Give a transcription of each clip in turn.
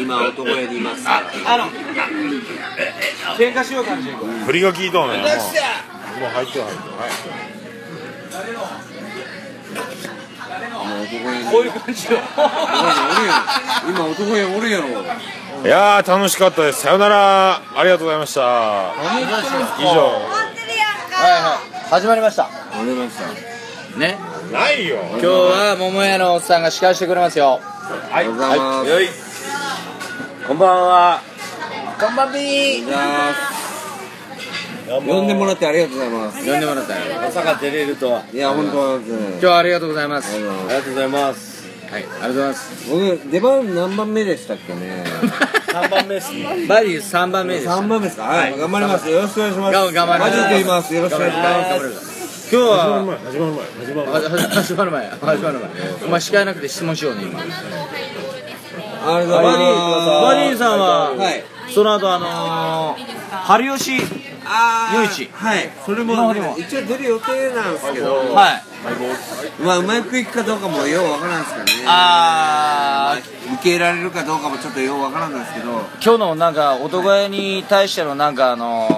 今男屋にいますからあの喧嘩しよう感じこれ振りが効いたのよしもうもうゃ入ってる入ってるはい今男屋にこういう感じの今男屋おるやろ今男屋おるやろいやー楽しかったですさよならありがとうございました以上はい始まりましたありましたねないよ今日は桃屋のおっさんが司会してくれますよはいおはようございますはいこんばんはこんばんびじゃあ呼んでもらってありがとうございます呼んでもらったよまさか出れるとは。いや本当ですね今日はありがとうございますはいありがとうございます。ありがとうございます僕出番何番目でしたっけね3番目っすね。バディ3番目です3番目ですかはい頑張りますよろしくお願いします頑張りまマすジで言いますよろしくお願いします今日は前始ま始まるる前始まる前始まる前お前司会なくて質問しようね今ありがとうございますバディさんは、はいその後あのー、春吉あー夜市はいそれも今までも一応出る予定なんですけどはいまあうまくいくかどうかもようわからんですからねあー受け入れられるかどうかもちょっとようわからんなんですけど今日のなんか男屋に対してのなんかあの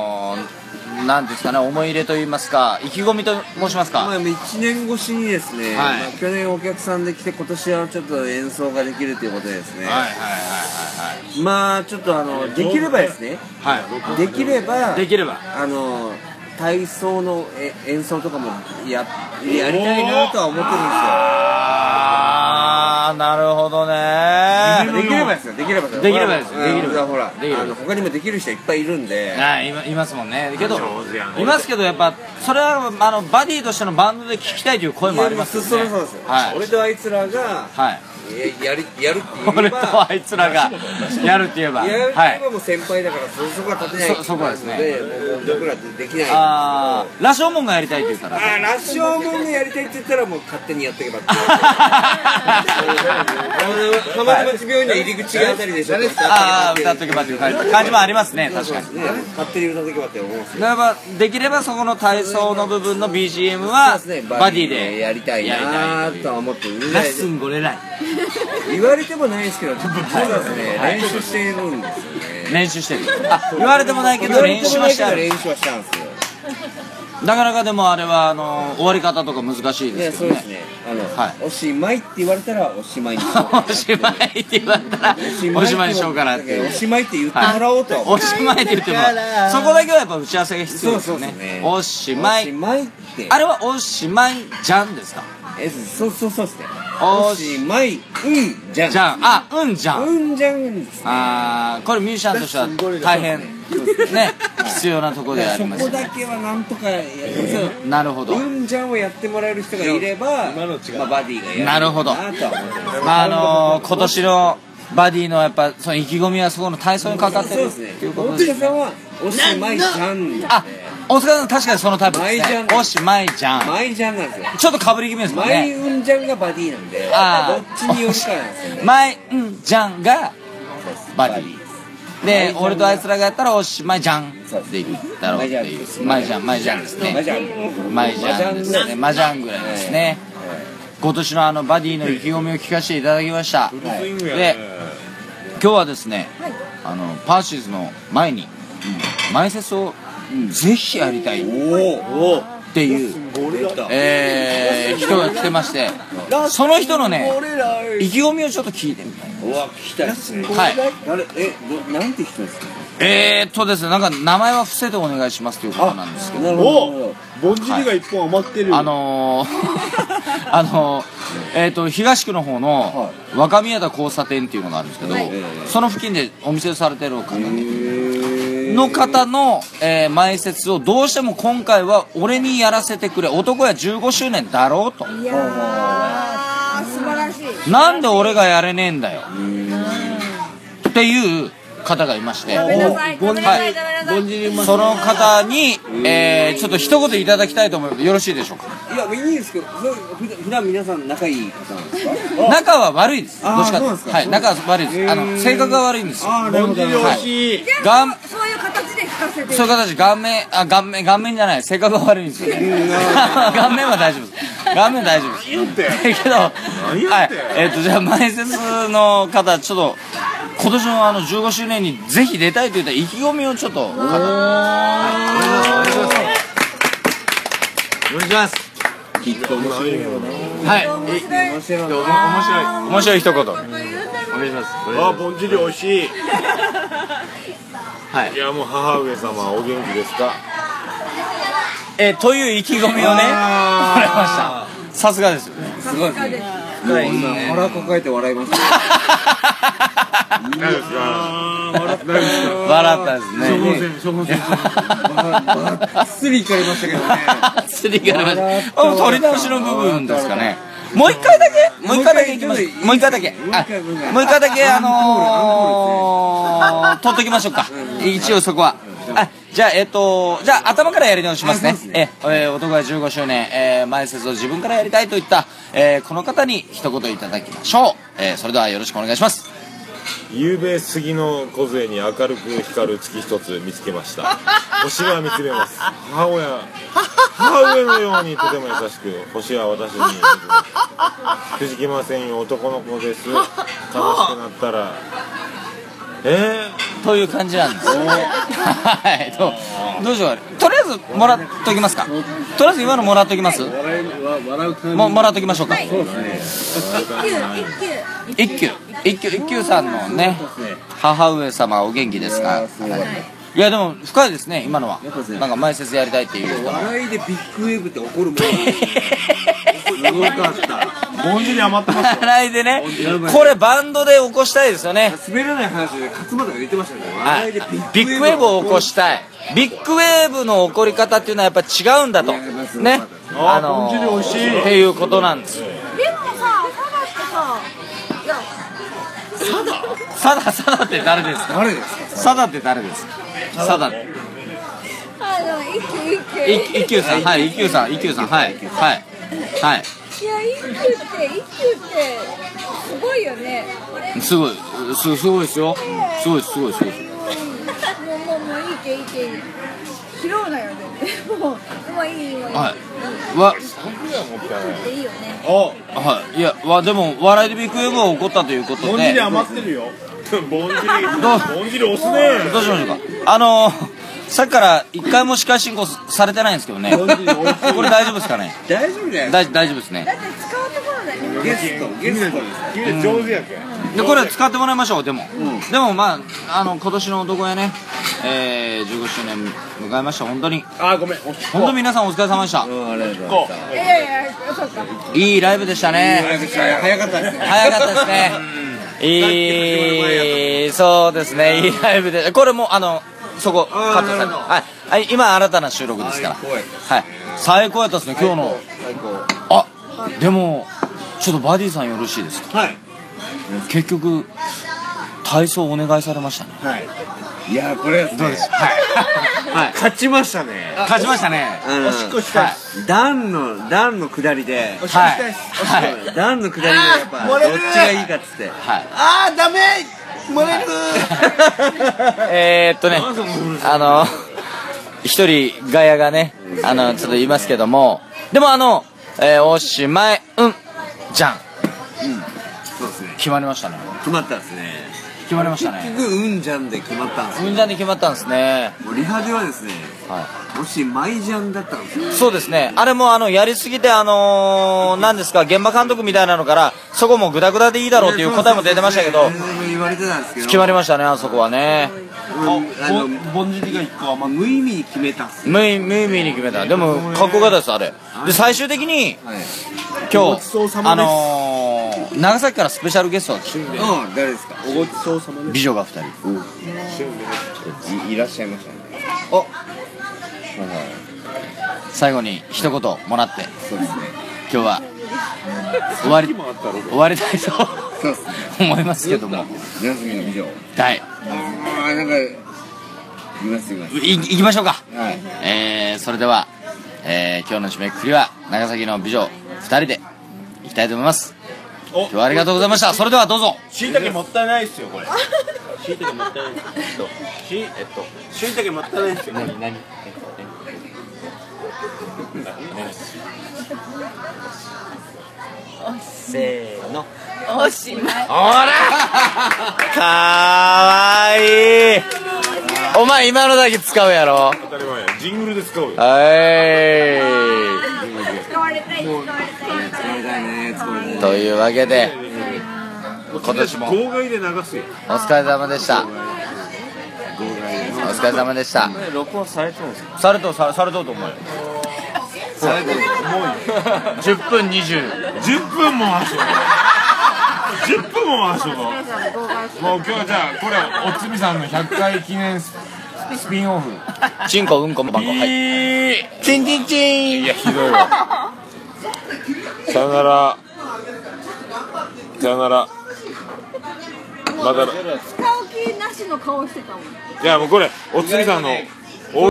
ー、なんていうんですかね思い入れと言いますか意気込みと申しますまかあ1年越しにですね、はいまあ、去年お客さんで来て今年はちょっと演奏ができるということでですね、いはまあちょっとあのできればですねいはいはいできればできればあの体操のえ演奏とかもややりたいなとは思ってあーなるほどるねんですよできればですよできればでできればですよほらできればうんほらあのできれば他にもできる人いっぱいいるんではいいまいますもんねけどいますけどやっぱそれはあのバディとしてのバンドで聞きたいという声もありますよねそうそうですよ、はい俺とあいつらがはいややりやるって言え俺ばとあいつらがやるって言えばいや、はい今もう先輩だからそそこは立てないそそこはですねもう僕らってできないあーラショウモンがやりたいって言う からあーラッショーもンがやりたいって言ったらもう勝手にやってけばって 浜田町病院の入り口があたりでしょああ歌歌っってとけけばっていう感じ感じもありますねば確かにね勝手に歌っとけばって思うんですよだからできればそこの体操の部分の BGM はそうですねバディでやりたいなーとは思ってるラッスンゴレライ言われてもないですけどちょっとそうですね練習してるんですよね練習してるあ言われてもないけ言どわれ練て習もはないしてけあどる練習はしたんですよなかなかでもあれはあの終わり方とか難しいいやですそうけどですねねあの、はいおしまいって言われたらおしまいにしようかな おしまいって言われたら おしまいにしようかなっていうおしまいって言ってもらおうとは思おうしまいって言ってもそこだけはやっぱ打ち合わせが必要ですよそうそうそうねねおしまおしいまいってあれはおしまいじゃんですかえそうそうそうですねおおししまいうんじゃんじゃんあうんじゃんうんじゃんですあーこれミュージシャンとしては大変ね必要なところでありそますこよねだけはなんとかやってますよなるほどうんじゃんをやってもらえる人がいればまあ、バディがやるなるほどなとは思ってますまああのー今年のバディのやっぱその意気込みはそこの体操にかかってそうでるっすてねいうこ大とです塚ねさんはおしまいじゃんあ大塚さん確かにそのタイプです舞じゃねんおしまいじゃんまいじゃんなんですよちょっとかぶり気味ですもんマイねウンジャンがバディなんで、あどっちによるかなんですよね。まいんじゃんがバディで舞俺とあいつらがやったらおしまいじゃんそうですでいいだろうっていうま舞いじゃんまいじゃんですねマジャマイジャンですねマジャンぐらいですね今年のあのバディの意気込みを聞かせていただきましたスイングやでね今日はですねあのパーシーズの前に前説をぜひやりたいっていうえー人が来てましてその人のね意気込みをちょっと聞いてみたいうわ、聞きたいっすね。はい誰、え、どなんて人ですかえーっとですねなんか名前は伏せてお願いしますということなんですけどなるおぼんじりが一本余って るあのー、 あのー、えっ、と東区の方の若宮田交差点っていうのがあるんですけど、その付近でお店をされてる方の方の、えー前説をどうしても今回は俺にやらせてくれ男や15周年だろうといやー素晴らしいなんで俺がやれねえんだよっていう方がいましてごめんなさいごめんなさいごめんなさいその方に、えーちょっと一言いただきたいと思いますよろしいでしょうかいや、いいんですけど、そうふだ普段皆さん仲いい方なんですか仲は悪いです。あーどっちかっそうてなんですかはい、仲は悪いです。あの、性格が悪いんですよ。ああ、なるほど。美味しいじゃあがんそうそういう形で聞かせてそういう形、顔面、あ、顔面、顔面じゃない、性格が悪いんですよね。 顔面は大丈夫です。顔面は大丈夫です。言ってだけど、はい、えっ、と、じゃあ、前説の方、ちょっと、今年のあの15周年にぜひ出たいといった意気込みをちょっとお願いしますお願いしますきっと面白いよはい面白い面白面白いい面白い一言お願いしますあぼんじり美味しいいやもう母上様お元気ですかえーという意気込みをねもらいましたさすがですよねすごいですねもう今腹抱えて笑いました何ですか何ですか笑ったですね処方箋ばばっつりいかれましたけどねすりがありま笑っすたあ取り直しの部分ですかねもう一回だけもう一回だけいきますももうう一一回回だけもう一あ回もう一回もう一回だけあアンコのー取っときましょうか一応そこはあじゃあえっとじゃあ頭からやり直しますねあそうでええー男が15周年、えー前説を自分からやりたいといった、えーこの方に一言いただきましょう、えーそれではよろしくお願いします夕べ杉の梢に明るく光る月一つ見つけました星は見つめます母親母上のようにとても優しく星は私に見つめますくじきませんよ男の子です悲しくなったらえという感じなんですはいどうどうしようとりあえずもらっときますかとりあえず今のもらっときます笑いわ笑う感じももらっときましょうか、そうですね一一級休一休一休さんのね母上様お元気ですいやかーすごいいやでも深いですね今のはりがとうございますなんか前説やりたいっていう人 が笑いでビッグウェーブって怒るもんすごかったぼんじり余ってます笑いでねこれバンドで起こしたいですよね滑らない話で勝俣が言ってましたねは笑いいでビッグウェーブを起こししたいビッグウェーブの起こり方っていうのはやっぱ違うんだといやまずねあーの豚汁美味しいっていうことなんですでもさサバってさいやサダサダって誰ですか誰ですかサダって誰ですかサダあの一級一級一休さんはい一休さん一休さんはいはいはいいや一級って一級ってすごいよねすごい、すすごいですよ。すごいです、すごいです、すごいです。もうもうもういいけいいけいい拾うなよ全部もうもういいもういいはい。わ、でいいよねおはい、いや、わ、でも、笑いでビッグウェーブが起こったということぼんじでり。余ってるよぼんじりぼんじり押すねどうしましょうか。あのーさっきから一回も司会進行されてないんですけどね。これ大丈夫ですかね。大丈夫だよ大、大丈夫ですね。だって使うところだねゲストゲストです君上手やけで、これ使ってもらいましょう。でも、でも、まあ、あの、今年の男やね。えー、15周年迎えました。本当に、あーごめんお本当皆さんお疲れ様でした。うんありがとうございますいやいやいやそうかいいライブでしたね。早かったですね早かったですね。 いい、そうですね。いいライブで、これもうあのそこカットされて、はい、はい、今新たな収録ですから。はい、最高やったですね。今日の。あ、でもちょっとバディさんよろしいですか。はい結局体操お願いされましたね。いやーこれはどうですはい、勝ちましたね勝ちましたね。あのおしっこしたいっす段の段の下りでおしっこしたいっすはいはい段の下りでやっぱどっ漏れるちがいいかっつって はい。あーダメ漏れるえーっとね、あの、一人ガヤがね、あの、ちょっといますけども、でもあの、えーおしまい、うん、じゃん。そうですね決まりましたね。決まったですね決まりました結ね。局うんじゃんで決まったんですようんじゃんで決まったんですね。もうリハではですねはもしマイジャンだったんですよい。そうですね。あれもあの、やりすぎて、あのー、何ですか、現場監督みたいなのから、そこもグダグダでいいだろうっていう答えも出てましたけど、言われてたんですけど決まりましたね、あそこはね。うんあのぼんじりが一個余っ無意味に決めたっす無意無意味に決めた。でも、かっこよかったです、あれ。で、最終的に、はい今ごちそうさ日まあですのー、長崎からスペシャルゲストが来てうん誰ですかおごちそうさまで美女が2人すいらっしゃいましたねお最後に一言もらってそうですね今日は終わり終わりたい とそうですね思いますけどもナスミの美女はいあーなんかいますいますいいきましょうか、はいえー、それでは、えー、今日の締めくくりは長崎の美女2人でいきたいと思いますお今日はありがとうございましたそれではどうぞしいたけもったいないっすよこれしいたけもったいないえっとしえっとしいたけもったいないっすよ何何せーのおしまいほ らかわいいお前今のだけ使うやろ当たり前やジングルで使おうよは使われたい使われたい使われたいね使われいというわけで今年も号外で流すよお疲れ様でしたお疲れ様でした録音されてるんですかされとさされとうと思うよされてる10分20 10分も回しよう10分も回しようもう今日はじゃあこれおつみさんの100回記念ススピンオフチンコうんこもばんこはいチンチンチンいやひどいわさよならさよならまたい使う気なしの顔してたもんやもうこれおつみさんのおこ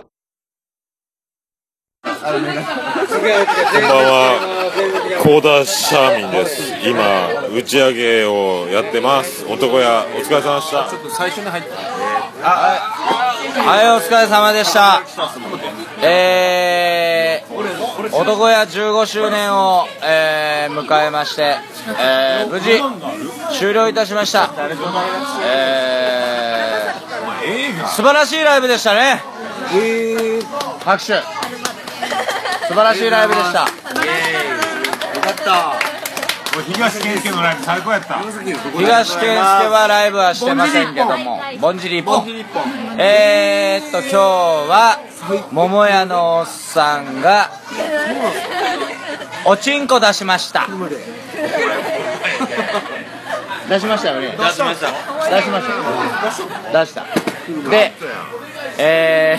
んばんはコーダーシャーミンです今打ち上げをやってます男屋お疲れ様でしたはいお疲れ様でしたえー、男屋15周年を、えー迎えまして、えー無事終了いたしました、えー素晴らしいライブでしたね拍手素晴らしいライブでした東健介のライブ最高やった東健介はライブはしてませんけどもぼんじり一本えー、っと今日は桃屋のおっさんがおちんこ出しました出しましたよね出しました出しました出したでえ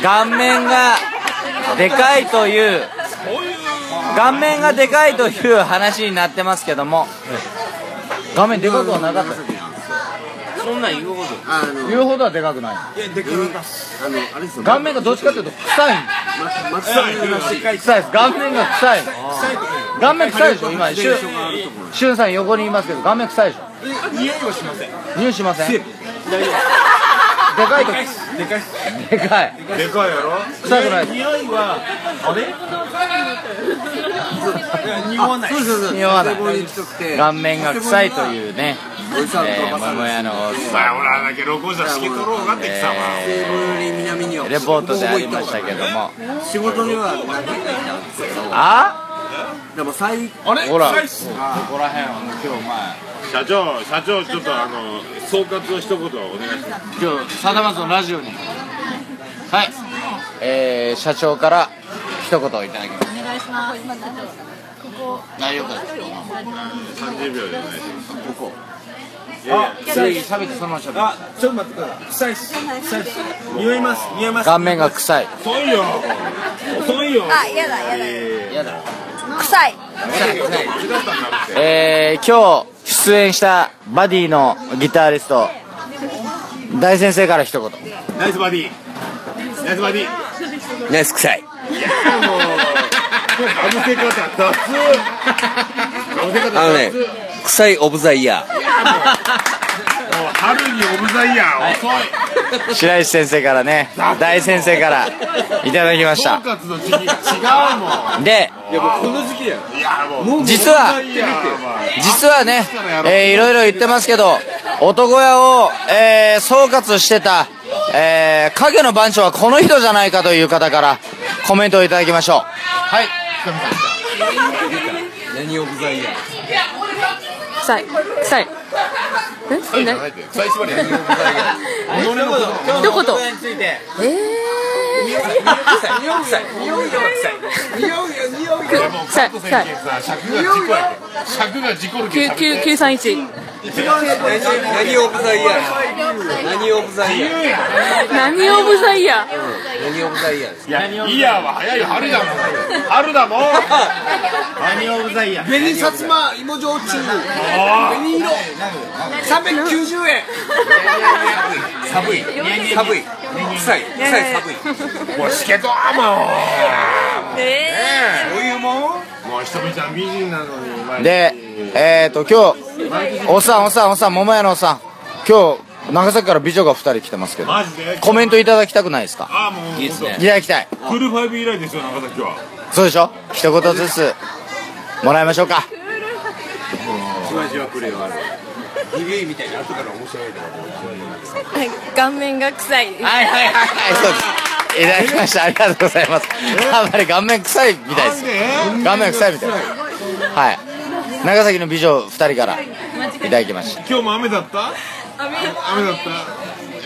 ー、顔面がでかいという顔面がでかいという話になってますけども顔面でかくはなかったよそんなん言うほどあの言うほどはでかくなあいのあれですよ顔面がどっちかというと臭いんで松松さんの話す臭いです顔面が臭い顔面臭いでしょ今しゅしゅんさん横にいますけど顔面臭いでしょ匂いはしません匂いしませんでかいとでかいっすでかいでかいやろ臭くない匂いはあれ匂わないそうそうそう匂わない佐世保に行きたくて顔面が臭いというね、おじさんとえおばー、さん桃屋のおっさんさよならだけどこじゃしけ取ろうがって貴様西部より南にはレポートでありましたけども仕事には何回か行ったんですけどあでも最ほら社長社長ちょっとあの総括を一言お願いします今日さだまつのラジオにはいえー、社長から一言いただきますお願いします大丈夫です30秒でお願いします喋ってそのまま喋っあちょっと待ってください臭いっす臭いっす匂います匂いますて顔面が臭い遅いよ遅いよあやだやだやだ臭いえー、今日出演したバディのギタリスト大先生から一言ナイスバディナイスバディナイス臭いあのせ方雑あのせ方あのね雑もう臭いオブザイヤー春にオブザイヤー遅い白石先生から ね大先生からいただきまし総た括の時期違うもでいやもうこの時期だよんいやもう実はオブザイヤーは実はね、えーいろいろ言ってますけど男屋を、えー総括してた、えー影の番長はこの人じゃないかという方からコメントをいただきましょうはい何オブザイヤー臭い臭いえな一言についてえ匂い臭い匂い臭いー臭い臭い尺が事故る九九九三一何オブザイヤー何オブザイヤー何オブザイヤー何オブザイヤーですイヤーは早いよ春だもん春だもん何オブザイヤー紅さつま芋焼酎紅色390円寒い寒い臭い臭い寒いもうしけとあもえうそういうもんもうひとみちゃん美人なのにお前でえっ、と今日おっさんおっさんおっさん桃屋のおっさん今日長崎から美女が2人来てますけどマジでコメントいただきたくないですかああもういいですねいただきたいフルファイブ以来ですよ長崎はそうでしょ一言ずつもらいましょうかじわじわくるよあれビビみたいに後から面白いから顔面が臭いですはいはいはいはいそうですいただきましたありがとうございますあんまり顔面臭いみたいです顔面臭いみたいはい長崎の美女2人からいただきました今日も雨だった雨だった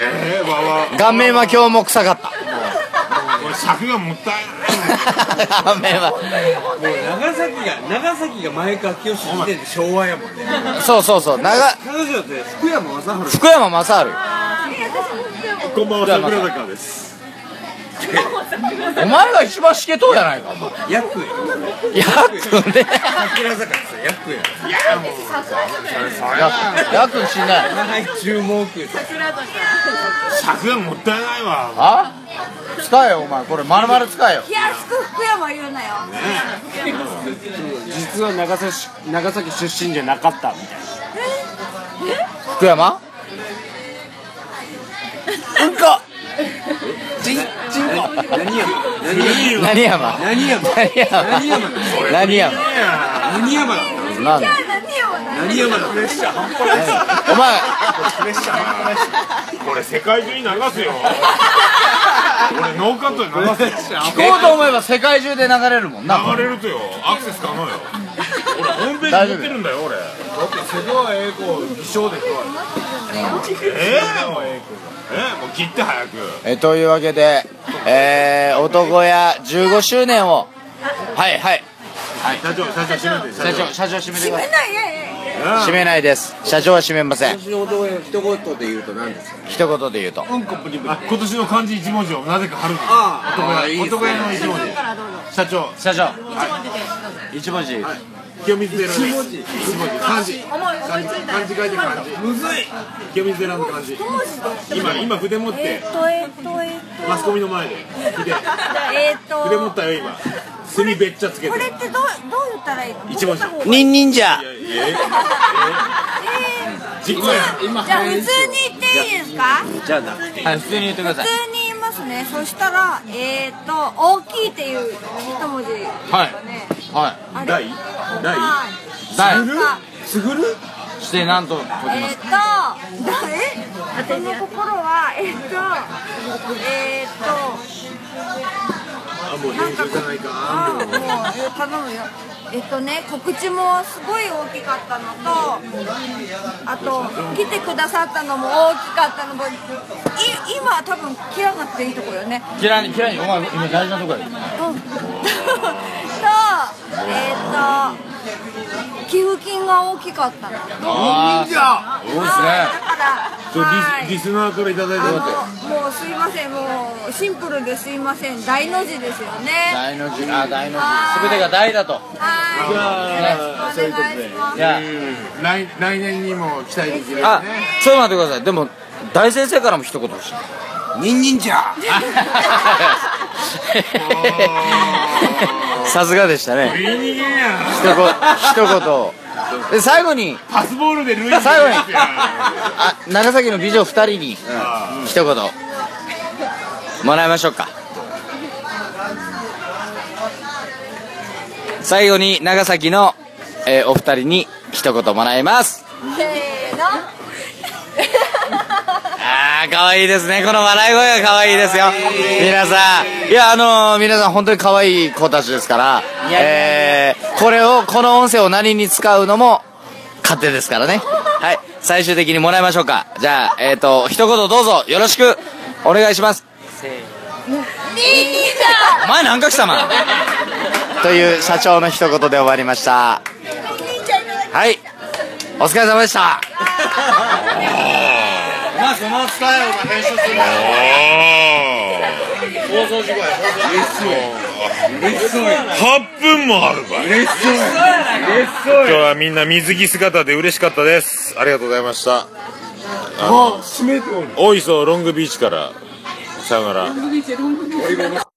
ええわわ顔面は今日も臭かった俺尺がもったい顔面はもう長崎が長崎が前川清時点で昭和やもんねそうそうそう長彼女だって福山雅治福山雅治ないこんばんは桜坂ですお前が一番しけとうやないかお前ヤックややっくんね桜坂ですよヤックややっくん死んない長い注文級尺がもったいないわあ使えよお前これ丸々使えよ冷やしく福山言うなよ実は長崎長崎出身じゃなかったみたいな福山うんこちんちんこ何や何山何や何山何山何山何山だなんだ何よ何山だプレッシャー半端ないお前これ世界中に流す よ俺ノーカットで流すよ聞こうと思えば世界中で流れるもんな流れるとよアクセス可能よ俺ホームページ持ってるんだよ俺だって瀬戸は栄光偽証でええもうええもう切って早くえというわけで、えー、男屋15周年をはいはい社長社長閉めて社長社長閉めてくださいないやいやいや閉めないです社長は閉めません私の男へ一言で言うと何ですか一言で言うとあ今年の漢字一文字をなぜか春にああいいですね男屋の一文字社長社長一文字で一文字清水寺の一文字一文字漢字漢字漢字書いて漢字むずい清水寺の漢字当時で今今筆持っえてっとえっとえっとマスコミの前で筆えっと筆持ったよ今墨べっちゃつけこてれってどうどう言ったらいいの一文字どう言った方がニンニンじゃいやいやええ実行やじゃあ普通に言っていいですかじゃあなくてはい普通に言ってくださ普い通に言いますねそしたらえっと大きいっていう一文字ですかねはいあれ大大はい大あすぐるしてなんと解きまえっすとだえ私の心はえっとえっとあもう編集じゃないかあもうえ頼むよえっとね告知もすごい大きかったのとあと来てくださったのも大きかったのもい今多分切らなくていいとこよね嫌いに嫌いにお前今大事なとこやうんとえっと寄付金が大きかったのああそうだからそうはリスいリスナーからいただいてもらってあのもうすいませんもうシンプルですいません大の字ですよね大の字あ大の字全てが大だとはいよろしくお願いしますじゃあ来来年にも期待できるあちょっと待ってくださいでも大先生からも一言欲しいニンニンじ ゃさすがでしたねいい人間や一言一言で最後にパスボールでルイ最後にですよあ長崎の美女二人に一言もらいましょうか最後に長崎の、えーお二人に一言もらいますせーのあー可愛いですねこの笑い声が可愛いですよ皆さんいやあのー皆さん本当に可愛い子たちですからえーこれをこの音声を何に使うのも勝手ですからねはい最終的にもらいましょうかじゃあえっ、と一言どうぞよろしくお願いしますお前何か貴様という社長の一言で終わりましたはいお疲れ様でしたまあそのスタイルが編集する8分もあるかい嬉しそうや今日はみんな水着姿で嬉しかったですありがとうございましたあのおいそうロングビーチからさよなら